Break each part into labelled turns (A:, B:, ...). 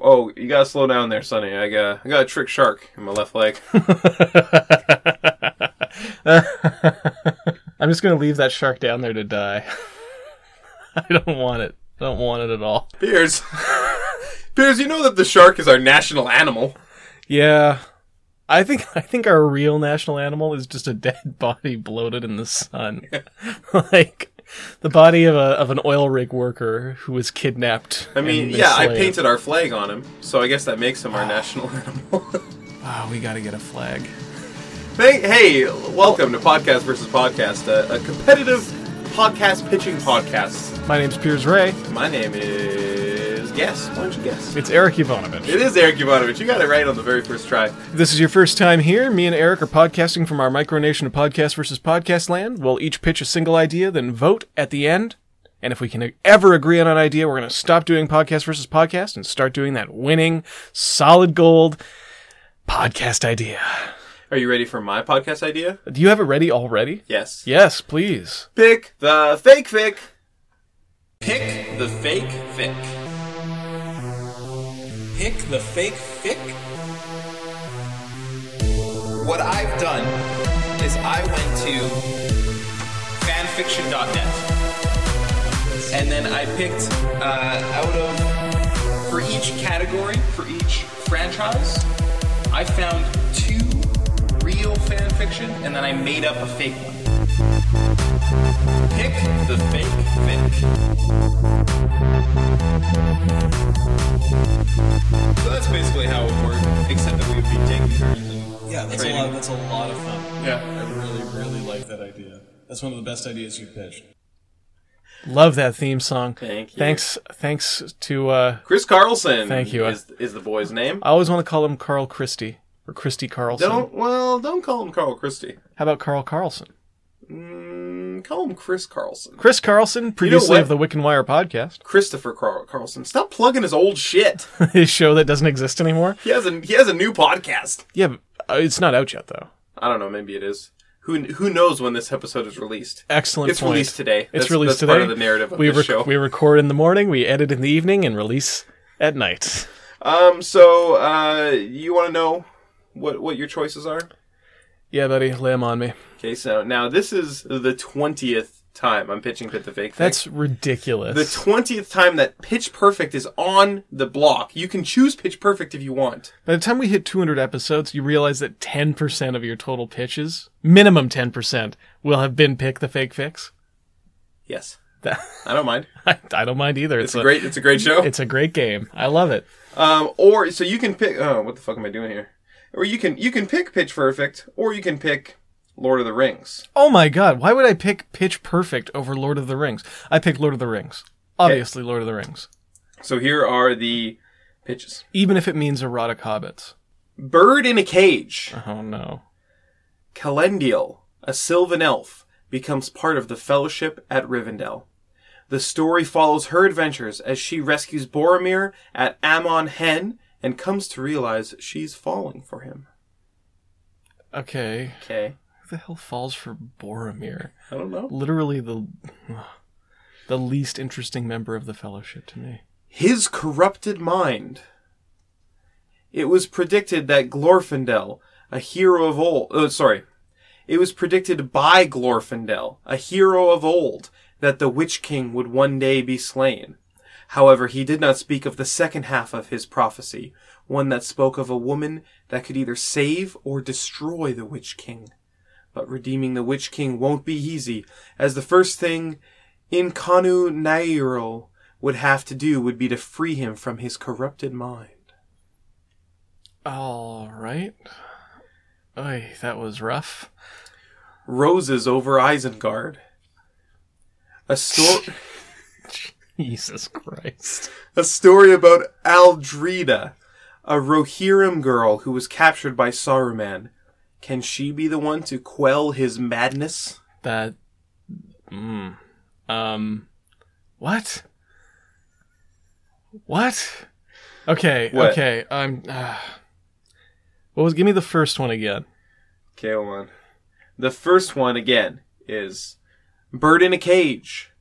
A: oh, you gotta slow down there, Sonny. I got I got a trick shark in my left leg.
B: I'm just gonna leave that shark down there to die. I don't want it. I don't want it at all.
A: Piers, Piers, you know that the shark is our national animal.
B: Yeah. I think I think our real national animal is just a dead body bloated in the sun. like the body of a of an oil rig worker who was kidnapped.
A: I mean,
B: and they
A: yeah, I
B: slayed.
A: painted our flag on him, so I guess that makes him our national animal.
B: Wow, Ah, we got to get a flag.
A: Thank, hey, welcome to Podcast versus Podcast, a, a competitive podcast pitching podcast.
B: My name's Piers Ray.
A: My name is guess. Why don't you guess?
B: It's Eric Ivanovich.
A: It is Eric Ivanovich. You got it right on the very first try.
B: If this is your first time here, me and Eric are podcasting from our micronation of podcast versus podcast land. We'll each pitch a single idea, then vote at the end. And if we can ever agree on an idea, we're going to stop doing podcast versus podcast and start doing that winning, solid gold podcast idea.
A: Are you ready for my podcast idea?
B: Do you have it ready already?
A: Yes.
B: Yes, please.
A: Pick the fake fic. Pick the fake fic.
C: Pick the fake fic. What I've done is I went to fanfiction.net and then I picked uh, out of for each category, for each franchise, I found two real fanfiction and then I made up a fake one. Pick the fake fic. So that's basically how it worked, except that we would be taking turns and
D: Yeah, that's a
C: Trading.
D: lot. That's a lot of fun.
A: Yeah.
D: I really, really like that idea. That's one of the best ideas you pitched.
B: Love that theme song.
A: Thank you.
B: Thanks, thanks to, uh,
A: Chris Carlson.
B: Thank you.
A: Is, is the boy's name?
B: I always want to call him Carl Christie or Christie Carlson.
A: Don't well, don't call him Carl Christie.
B: How about Carl Carlson?
A: Mm, call him Chris Carlson.
B: Chris Carlson, previously
A: what?
B: of the Wick and Wire podcast.
A: Christopher Carl Carlson. Stop plugging his old shit.
B: his show that doesn't exist anymore.
A: He has a he has a new podcast.
B: Yeah, but, uh, it's not out yet though.
A: I don't know. Maybe it is. Who who knows when this episode is released?
B: Excellent.
A: It's
B: point.
A: released today.
B: It's
A: That's-
B: released
A: that's
B: today.
A: part of the narrative of
B: we
A: this show.
B: we record in the morning, we edit in the evening, and release at night.
A: Um. So, uh, you want to know what what your choices are?
B: Yeah, buddy, lay 'em on me.
A: Okay. So now this is the twentieth time I'm pitching Pit the Fake. Thing.
B: That's
A: the
B: ridiculous.
A: twentieth time that Pitch Perfect is on the block. You can choose Pitch Perfect if you want.
B: By the time we hit 200 episodes, you realize that 10% of your total pitches, minimum 10%, will have been pick the fake fix.
A: Yes.
B: That,
A: I don't mind.
B: I, I don't mind either. It's,
A: It's a great. It's a great show.
B: It's a great game. I love it.
A: Um, or so you can pick. Oh, what the fuck am I doing here? Or you can you can pick Pitch Perfect, or you can pick Lord of the Rings.
B: Oh my god, why would I pick Pitch Perfect over Lord of the Rings? I picked Lord of the Rings. Obviously, Lord of the Rings.
A: So here are the pitches:
B: Even if it means erotic hobbits.
A: Bird in a cage.
B: Oh no.
A: Calendial, a sylvan elf, becomes part of the Fellowship at Rivendell. The story follows her adventures as she rescues Boromir at Amon Hen and comes to realize she's falling for him.
B: Okay.
A: Okay,
B: Who the hell falls for Boromir?
A: I don't know.
B: Literally the the least interesting member of the fellowship to me.
A: his corrupted mind. It was predicted that Glorfindel, a hero of old, oh, sorry, it was predicted by Glorfindel, a hero of old, that the Witch King would one day be slain. However, he did not speak of the second half of his prophecy, one that spoke of a woman that could either save or destroy the Witch King. But redeeming the Witch King won't be easy, as the first thing Inkanu Nairo would have to do would be to free him from his corrupted mind.
B: All right. Oy, that was rough.
A: Roses over Isengard. A story,
B: Jesus Christ.
A: a story about Aldrida, a Rohirrim girl who was captured by Saruman. Can she be the one to quell his madness?
B: That mm, um what? What? Okay,
A: What?
B: okay. I'm uh, What was give me the first one again.
A: Okay, hold on. The first one again is Bird in a Cage.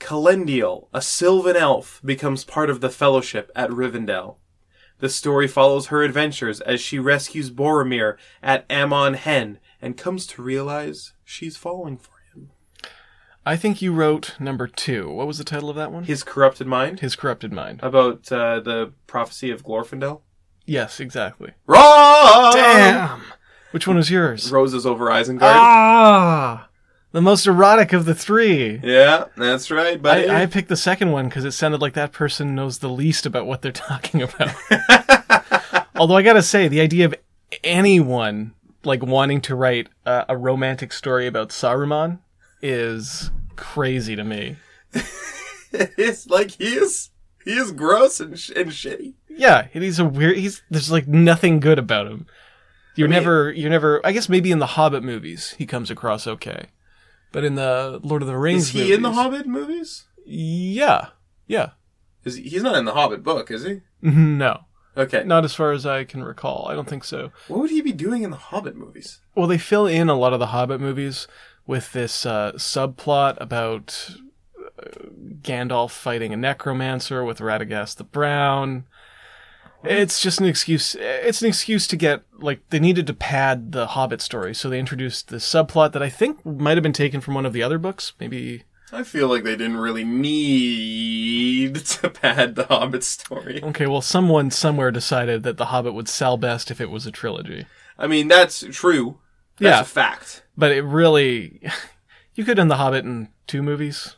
A: Calendial, a sylvan elf, becomes part of the fellowship at Rivendell. The story follows her adventures as she rescues Boromir at Amon Hen and comes to realize she's falling for him.
B: I think you wrote number two. What was the title of that one?
A: His corrupted mind
B: His corrupted mind.
A: about uh, the prophecy of Glorfindel.
B: Yes, exactly.
A: Wrong.
B: Which one was yours?
A: Roses over Isengard.
B: Ah, the most erotic of the three.
A: Yeah, that's right, buddy.
B: I, I picked the second one because it sounded like that person knows the least about what they're talking about. Although I gotta say, the idea of anyone like wanting to write uh, a romantic story about Saruman is crazy to me.
A: it's like he is he is gross and sh- and shitty.
B: Yeah, he's a weird. He's there's like nothing good about him. You're never, you're never. I guess maybe in the Hobbit movies he comes across okay, but in the Lord of the
A: Is
B: Rings,
A: he in the
B: movies-
A: Hobbit movies?
B: Yeah, yeah.
A: Is he, he's not in the Hobbit book, is he?
B: No,
A: Okay.
B: not as far as I can recall. I don't think so.
A: What would he be doing in the Hobbit movies?
B: Well, they fill in a lot of the Hobbit movies with this uh, subplot about uh, Gandalf fighting a necromancer with Radagast the Brown. It's just an excuse. It's an excuse to get like they needed to pad the Hobbit story, so they introduced the subplot that I think might have been taken from one of the other books. Maybe
A: I feel like they didn't really need to pad the Hobbit story.
B: okay. Well, someone somewhere decided that the Hobbit would sell best if it was a trilogy.
A: I mean, that's true. That's
B: Yeah.
A: a fact.
B: But it really, you could have done the Hobbit in two movies.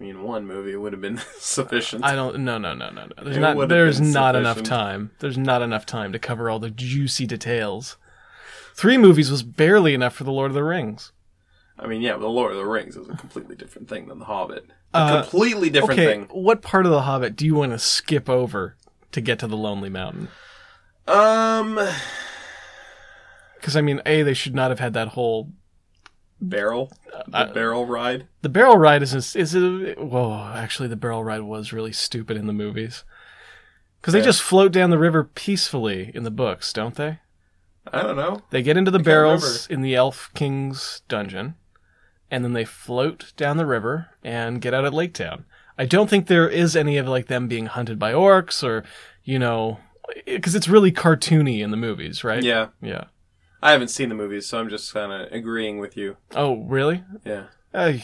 A: I mean, one movie would have been sufficient.
B: Uh, I don't. No, no, no, no, no. There's
A: It
B: not.
A: would've
B: There's
A: been
B: not enough
A: sufficient.
B: time. There's not enough time to cover all the juicy details. Three movies was barely enough for the Lord of the Rings.
A: I mean, yeah, The Lord of the Rings is a completely different thing than The Hobbit. A
B: Uh,
A: completely different
B: okay,
A: thing.
B: what part of the Hobbit do you want to skip over to get to the Lonely Mountain?
A: Um,
B: Because I mean, a they should not have had that whole.
A: barrel, the
B: Uh,
A: barrel ride.
B: The barrel ride is a, is a, whoa. Actually, the barrel ride was really stupid in the movies. Because they
A: Yeah.
B: just float down the river peacefully in the books, don't they?
A: I don't know.
B: They get into the
A: can't
B: barrels in the Elf King's dungeon, and then they float down the river and get out at Lake Town. I don't think there is any of like them being hunted by orcs or, you know, because it's really cartoony in the movies, right?
A: Yeah,
B: Yeah.
A: I haven't seen the movies, so I'm just kind of agreeing with you.
B: Oh, really?
A: Yeah,
B: Uh,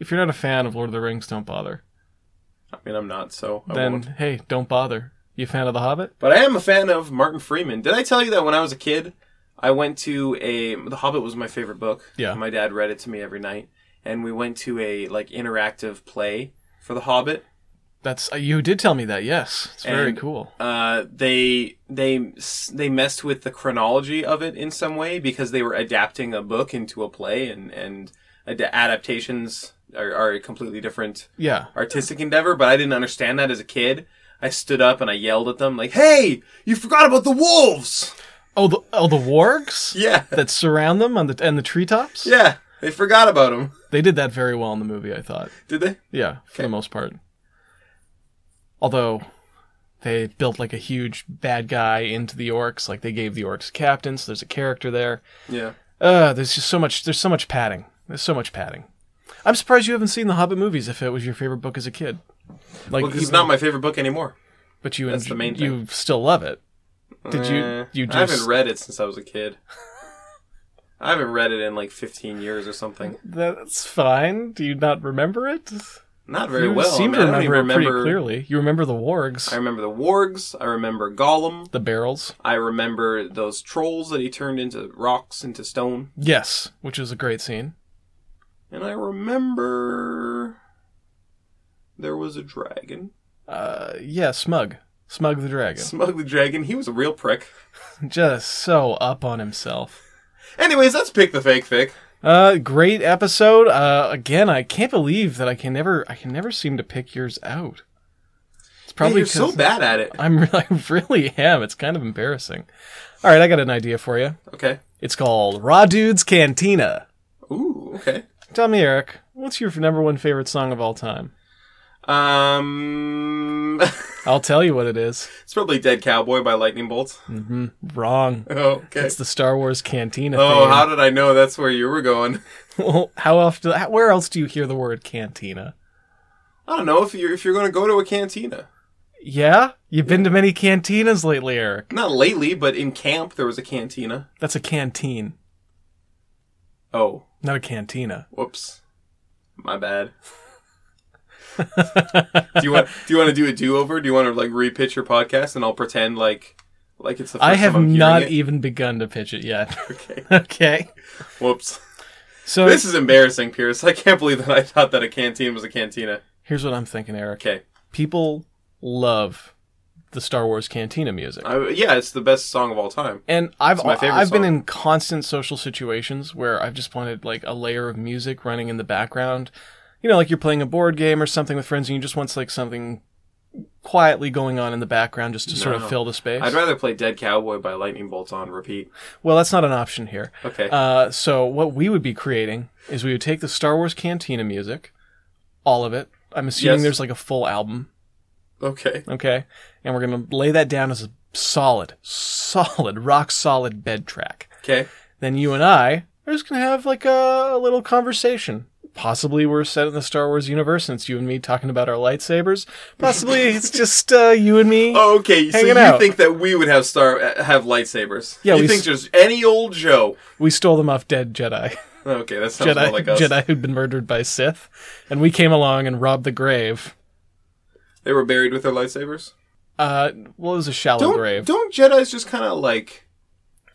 B: if you're not a fan of Lord of the Rings, don't bother.
A: I mean, I'm not, so I
B: then
A: won't.
B: hey, don't bother. You a fan of The Hobbit?
A: But I am a fan of Martin Freeman. Did I tell you that when I was a kid, I went to a The Hobbit was my favorite book.
B: Yeah.
A: My dad read it to me every night, and we went to a like interactive play for The Hobbit.
B: That's uh, you did tell me that. Yes, it's very
A: And-
B: cool.
A: Uh, they they s- they messed with the chronology of it in some way because they were adapting a book into a play, and and ad- adaptations are, are a completely different
B: Yeah.
A: artistic endeavor. But I didn't understand that as a kid. I stood up and I yelled at them like, "Hey, you forgot about the wolves!"
B: Oh, the oh the wargs
A: Yeah.
B: that surround them on the and the treetops.
A: Yeah, they forgot about him.
B: They did that very well in the movie, I thought.
A: Did they?
B: Yeah, for the
A: Okay.
B: most part. Although they built like a huge bad guy into the orcs, like they gave the orcs a captain, so there's a character there.
A: Yeah.
B: Uh, there's just so much there's so much padding. There's so much padding. I'm surprised you haven't seen the Hobbit movies if it was your favorite book as a kid.
A: Well,
B: Like
A: 'cause it's
B: even-
A: not my favorite book anymore.
B: but you
A: that's
B: enj-
A: the main thing.
B: you still love it. Did you
A: Eh,
B: you
A: I
B: just
A: haven't read it since I was a kid. I haven't read it in like 15 years or something.
B: that's fine. Do you not remember it?
A: Not very
B: you
A: well. I
B: seem
A: mean,
B: to
A: I don't
B: remember,
A: even
B: it pretty
A: remember-
B: clearly. You remember the wargs,
A: I remember the wargs. I remember Gollum.
B: the barrels.
A: I remember those trolls that he turned into rocks into stone.
B: Yes, which is a great scene.
A: And I remember there was a dragon.
B: Uh, yeah, Smug. Smug the Dragon.
A: Smug the dragon. He was a real prick.
B: Just so up on himself.
A: Anyways, let's pick the fake fic.
B: Uh, great episode. Uh, again, I can't believe that I can never, I can never seem to pick yours out. It's
A: Probably
B: probably
A: you're so
B: 'cause
A: bad at it.
B: I'm, re- I really am. It's kind of embarrassing. All right, I got an idea for you.
A: Okay.
B: It's called Raw Dude's Cantina.
A: Ooh. Okay.
B: Tell me, Eric, what's your number one favorite song of all time?
A: Um,
B: I'll tell you what it is. Mm-hmm.
A: it's probably Dead Cowboy by Lightning Bolt.
B: Wrong.
A: Okay.
B: It's the Star Wars Cantina.
A: Oh,
B: theme.
A: how did I know that's where you were going?
B: Well, how often? How, where else do you hear the word cantina?
A: I don't know if you're if you're going to go to a cantina.
B: Yeah? You've been to many cantinas lately, Eric.
A: Not lately, but in camp there was a cantina.
B: That's a canteen,
A: Oh,
B: not a cantina.
A: whoops. My bad. do you want do you want to do a do-over? Do you want to like repitch your podcast and I'll pretend like like it's the first
B: I have
A: time I'm hearing
B: not e-
A: it?
B: even begun to pitch it yet.
A: Okay.
B: okay.
A: Whoops.
B: So
A: This is embarrassing, Pierce. I can't believe that I thought that a canteen was a cantina.
B: here's what I'm thinking, Eric.
A: Okay.
B: People love the Star Wars cantina music.
A: I, yeah, it's the best song of all time.
B: And I've
A: my favorite
B: I've been
A: song.
B: in constant social situations where I've just wanted like a layer of music running in the background. You know, like you're playing a board game or something with friends and you just want like something quietly going on in the background just to sort of
A: No.
B: fill the space.
A: I'd rather play Dead Cowboy by Lightning Bolts on repeat.
B: Well, that's not an option here.
A: Okay.
B: Uh, so what we would be creating is we would take the Star Wars Cantina music, all of it. I'm assuming
A: Yes.
B: there's like a full album,
A: okay.
B: okay? And we're gonna lay that down as a solid, solid, rock solid bed track.
A: Okay.
B: Then you and I are just gonna have like a, a little conversation. Possibly we're set in the Star Wars universe, and it's you and me talking about our lightsabers. Possibly it's just uh, you and me.
A: Oh, okay. So
B: Hanging
A: you
B: out.
A: think that we would have star uh, have lightsabers?
B: Yeah,
A: You
B: we
A: think
B: s-
A: just any old Joe?
B: We stole them off dead Jedi.
A: Okay, that sounds
B: Jedi,
A: more like us.
B: Jedi who'd been murdered by Sith, and we came along and robbed the grave.
A: They were buried with their lightsabers.
B: Uh, well, it was a shallow
A: Don't
B: grave. Oh.
A: don't Jedi's just kind of like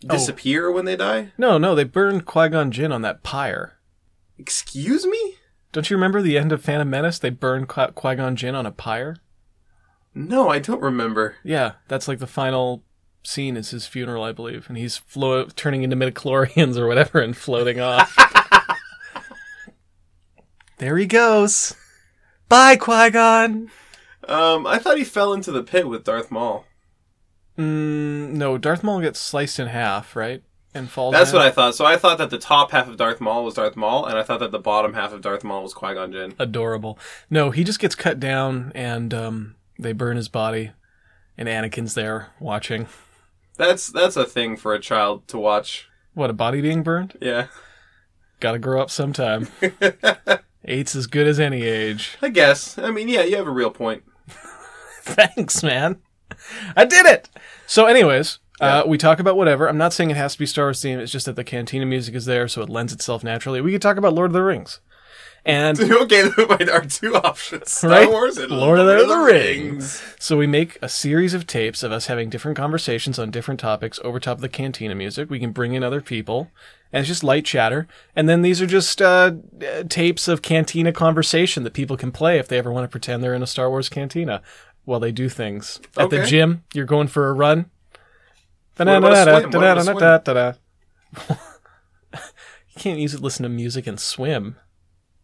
A: disappear when they die?
B: No, no, they burned Qui Gon Jinn on that pyre.
A: Excuse me?
B: Don't you remember the end of Phantom Menace? They burned Qui Gon Jinn on a pyre.
A: No, I don't remember.
B: Yeah, that's like the final scene is his funeral, I believe, and he's flo- turning into midichlorians or whatever and floating off. there he goes. Bye, Qui Gon.
A: Um, I thought he fell into the pit with Darth Maul.
B: Mm, no, Darth Maul gets sliced in half, right, and falls.
A: That's
B: in.
A: what I thought. So I thought that the top half of Darth Maul was Darth Maul, and I thought that the bottom half of Darth Maul was Qui Gon Jinn.
B: adorable. No, he just gets cut down and um, they burn his body, and Anakin's there watching.
A: That's that's a thing for a child to watch.
B: What, a body being burned?
A: Yeah,
B: Gotta grow up sometime. Eight's as good as any age.
A: I guess. I mean, yeah, you have a real point.
B: Thanks, man. I did it! So, anyways. Uh, we talk about whatever. I'm not saying it has to be Star Wars theme. It's just that the Cantina music is there, so it lends itself naturally. We could talk about Lord of the Rings, and
A: okay, those are two options: Star
B: Right?
A: Wars and
B: Lord of the Rings. So we make a series of tapes of us having different conversations on different topics over top of the cantina music. We can bring in other people, and it's just light chatter. And then these are just uh, uh, tapes of cantina conversation that people can play if they ever want to pretend they're in a Star Wars cantina while they do things at the
A: Okay.
B: gym. You're going for a run.
A: about a swim? What about a swim?
B: Da-da-da-da-da-da-da-da. You can't use it. to Listen to music and swim.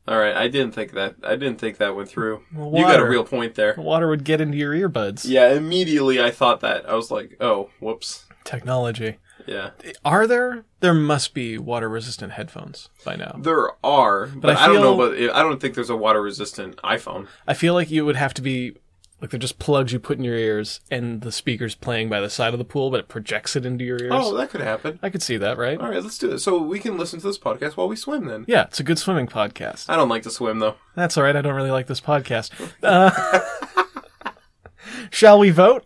A: All right, I didn't think that. I didn't think that went through.
B: Well,
A: you got a
B: water.
A: real point there.
B: Water would get into your earbuds.
A: Yeah, immediately I thought that. I was like, oh, whoops.
B: Technology.
A: Yeah,
B: Are there? There must be water resistant headphones by now.
A: there are, but,
B: I
A: I, don't know.
B: feel-
A: But I don't think there's a water-resistant iPhone.
B: I feel like you would have to be like they're just plugs you put in your ears and the speakers playing by the side of the pool, but it projects it into your ears.
A: Oh, that could happen.
B: I could see that, right?
A: All right, let's do it. So we can listen to this podcast while we swim. Then
B: Yeah, it's a good swimming podcast.
A: I don't like to swim though.
B: That's all right. I don't really like this podcast. Uh, shall we vote?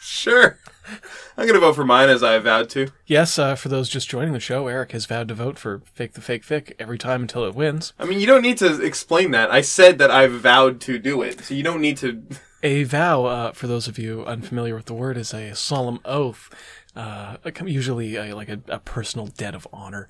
A: Sure, I'm gonna vote for mine as I vowed to.
B: Yes, uh, for those just joining the show, Eric has vowed to vote for Fake the Fake Fic every time until it wins.
A: I mean, you don't need to explain that. I said that I vowed to do it, so you don't need to.
B: A vow, uh, for those of you unfamiliar with the word, is a solemn oath, uh, usually uh, like a, a personal debt of honor.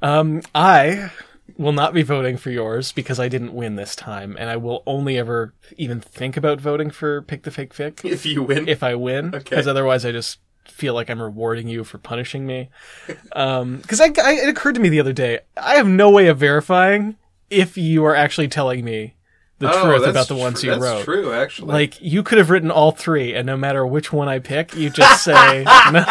B: Um, I will not be voting for yours because I didn't win this time, and I will only ever even think about voting for Pick the Fake Fic
A: If you win,
B: if I win,
A: Okay.
B: because otherwise I just feel like I'm rewarding you for punishing me. Because I, I, it occurred to me the other day, I have no way of verifying if you are actually telling me the
A: Oh,
B: truth
A: that's
B: about the ones
A: tr-
B: you
A: that's
B: wrote.
A: true, actually.
B: Like you could have written all three, and no matter which one I pick, you just say, "No,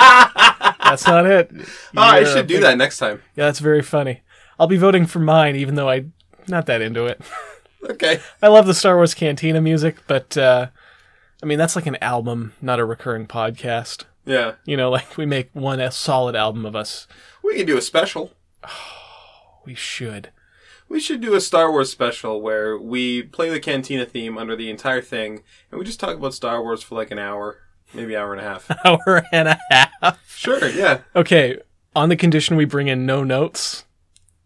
B: "That's not it."
A: oh, I
B: You're a
A: should do
B: big-
A: that next time.
B: Yeah, that's very funny. I'll be voting for mine, even though I'm not that into it.
A: Okay.
B: I love the Star Wars Cantina music, but uh, I mean that's like an album, not a recurring podcast.
A: Yeah,
B: You know, like we make one a solid album of us.
A: we can do a special.
B: We should.
A: we should do a Star Wars special where we play the Cantina theme under the entire thing, and we just talk about Star Wars for like an hour, maybe hour and a half.
B: Hour and a half.
A: sure, yeah,
B: Okay, on the condition we bring in no notes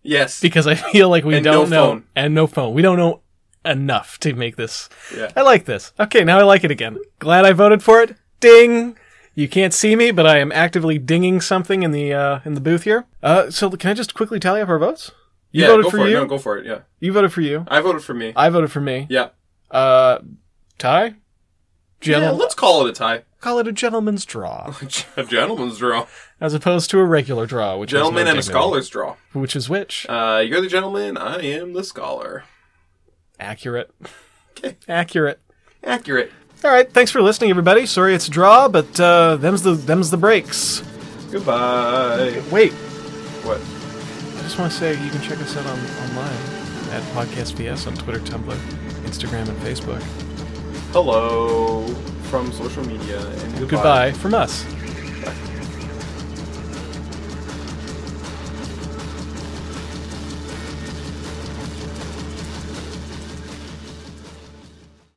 A: yes,
B: because I feel like we
A: And
B: don't
A: no
B: know
A: phone.
B: and no phone. We don't know enough to make this.
A: Yeah.
B: I like this. Okay, now I like it again. Glad I voted for it. Ding. You can't see me, but I am actively dinging something in the uh, in the booth here. Uh, so can I just quickly tally up our votes? You
A: yeah.
B: voted
A: go
B: for,
A: for, it.
B: you.
A: No, go for it. Yeah,
B: you voted for you.
A: I voted for me.
B: I voted for me.
A: Yeah,
B: Uh, tie.
A: yeah.
B: Gentle.
A: Let's call it a tie.
B: call it a gentleman's draw,
A: a gentleman's draw,
B: as opposed to a regular draw, which has no
A: gentleman and a
B: dignity.
A: scholar's draw.
B: which is which.
A: Uh, you're the gentleman. I am the scholar.
B: Accurate.
A: Okay.
B: Accurate.
A: Accurate.
B: All right, thanks for listening, everybody. Sorry it's a draw, but uh, them's the them's the breaks.
A: Goodbye.
B: Wait,
A: What?
B: I just want to say you can check us out on online at Podcast PS on Twitter, Tumblr, Instagram, and Facebook.
A: Hello from social media and
B: Goodbye from us.
A: goodbye.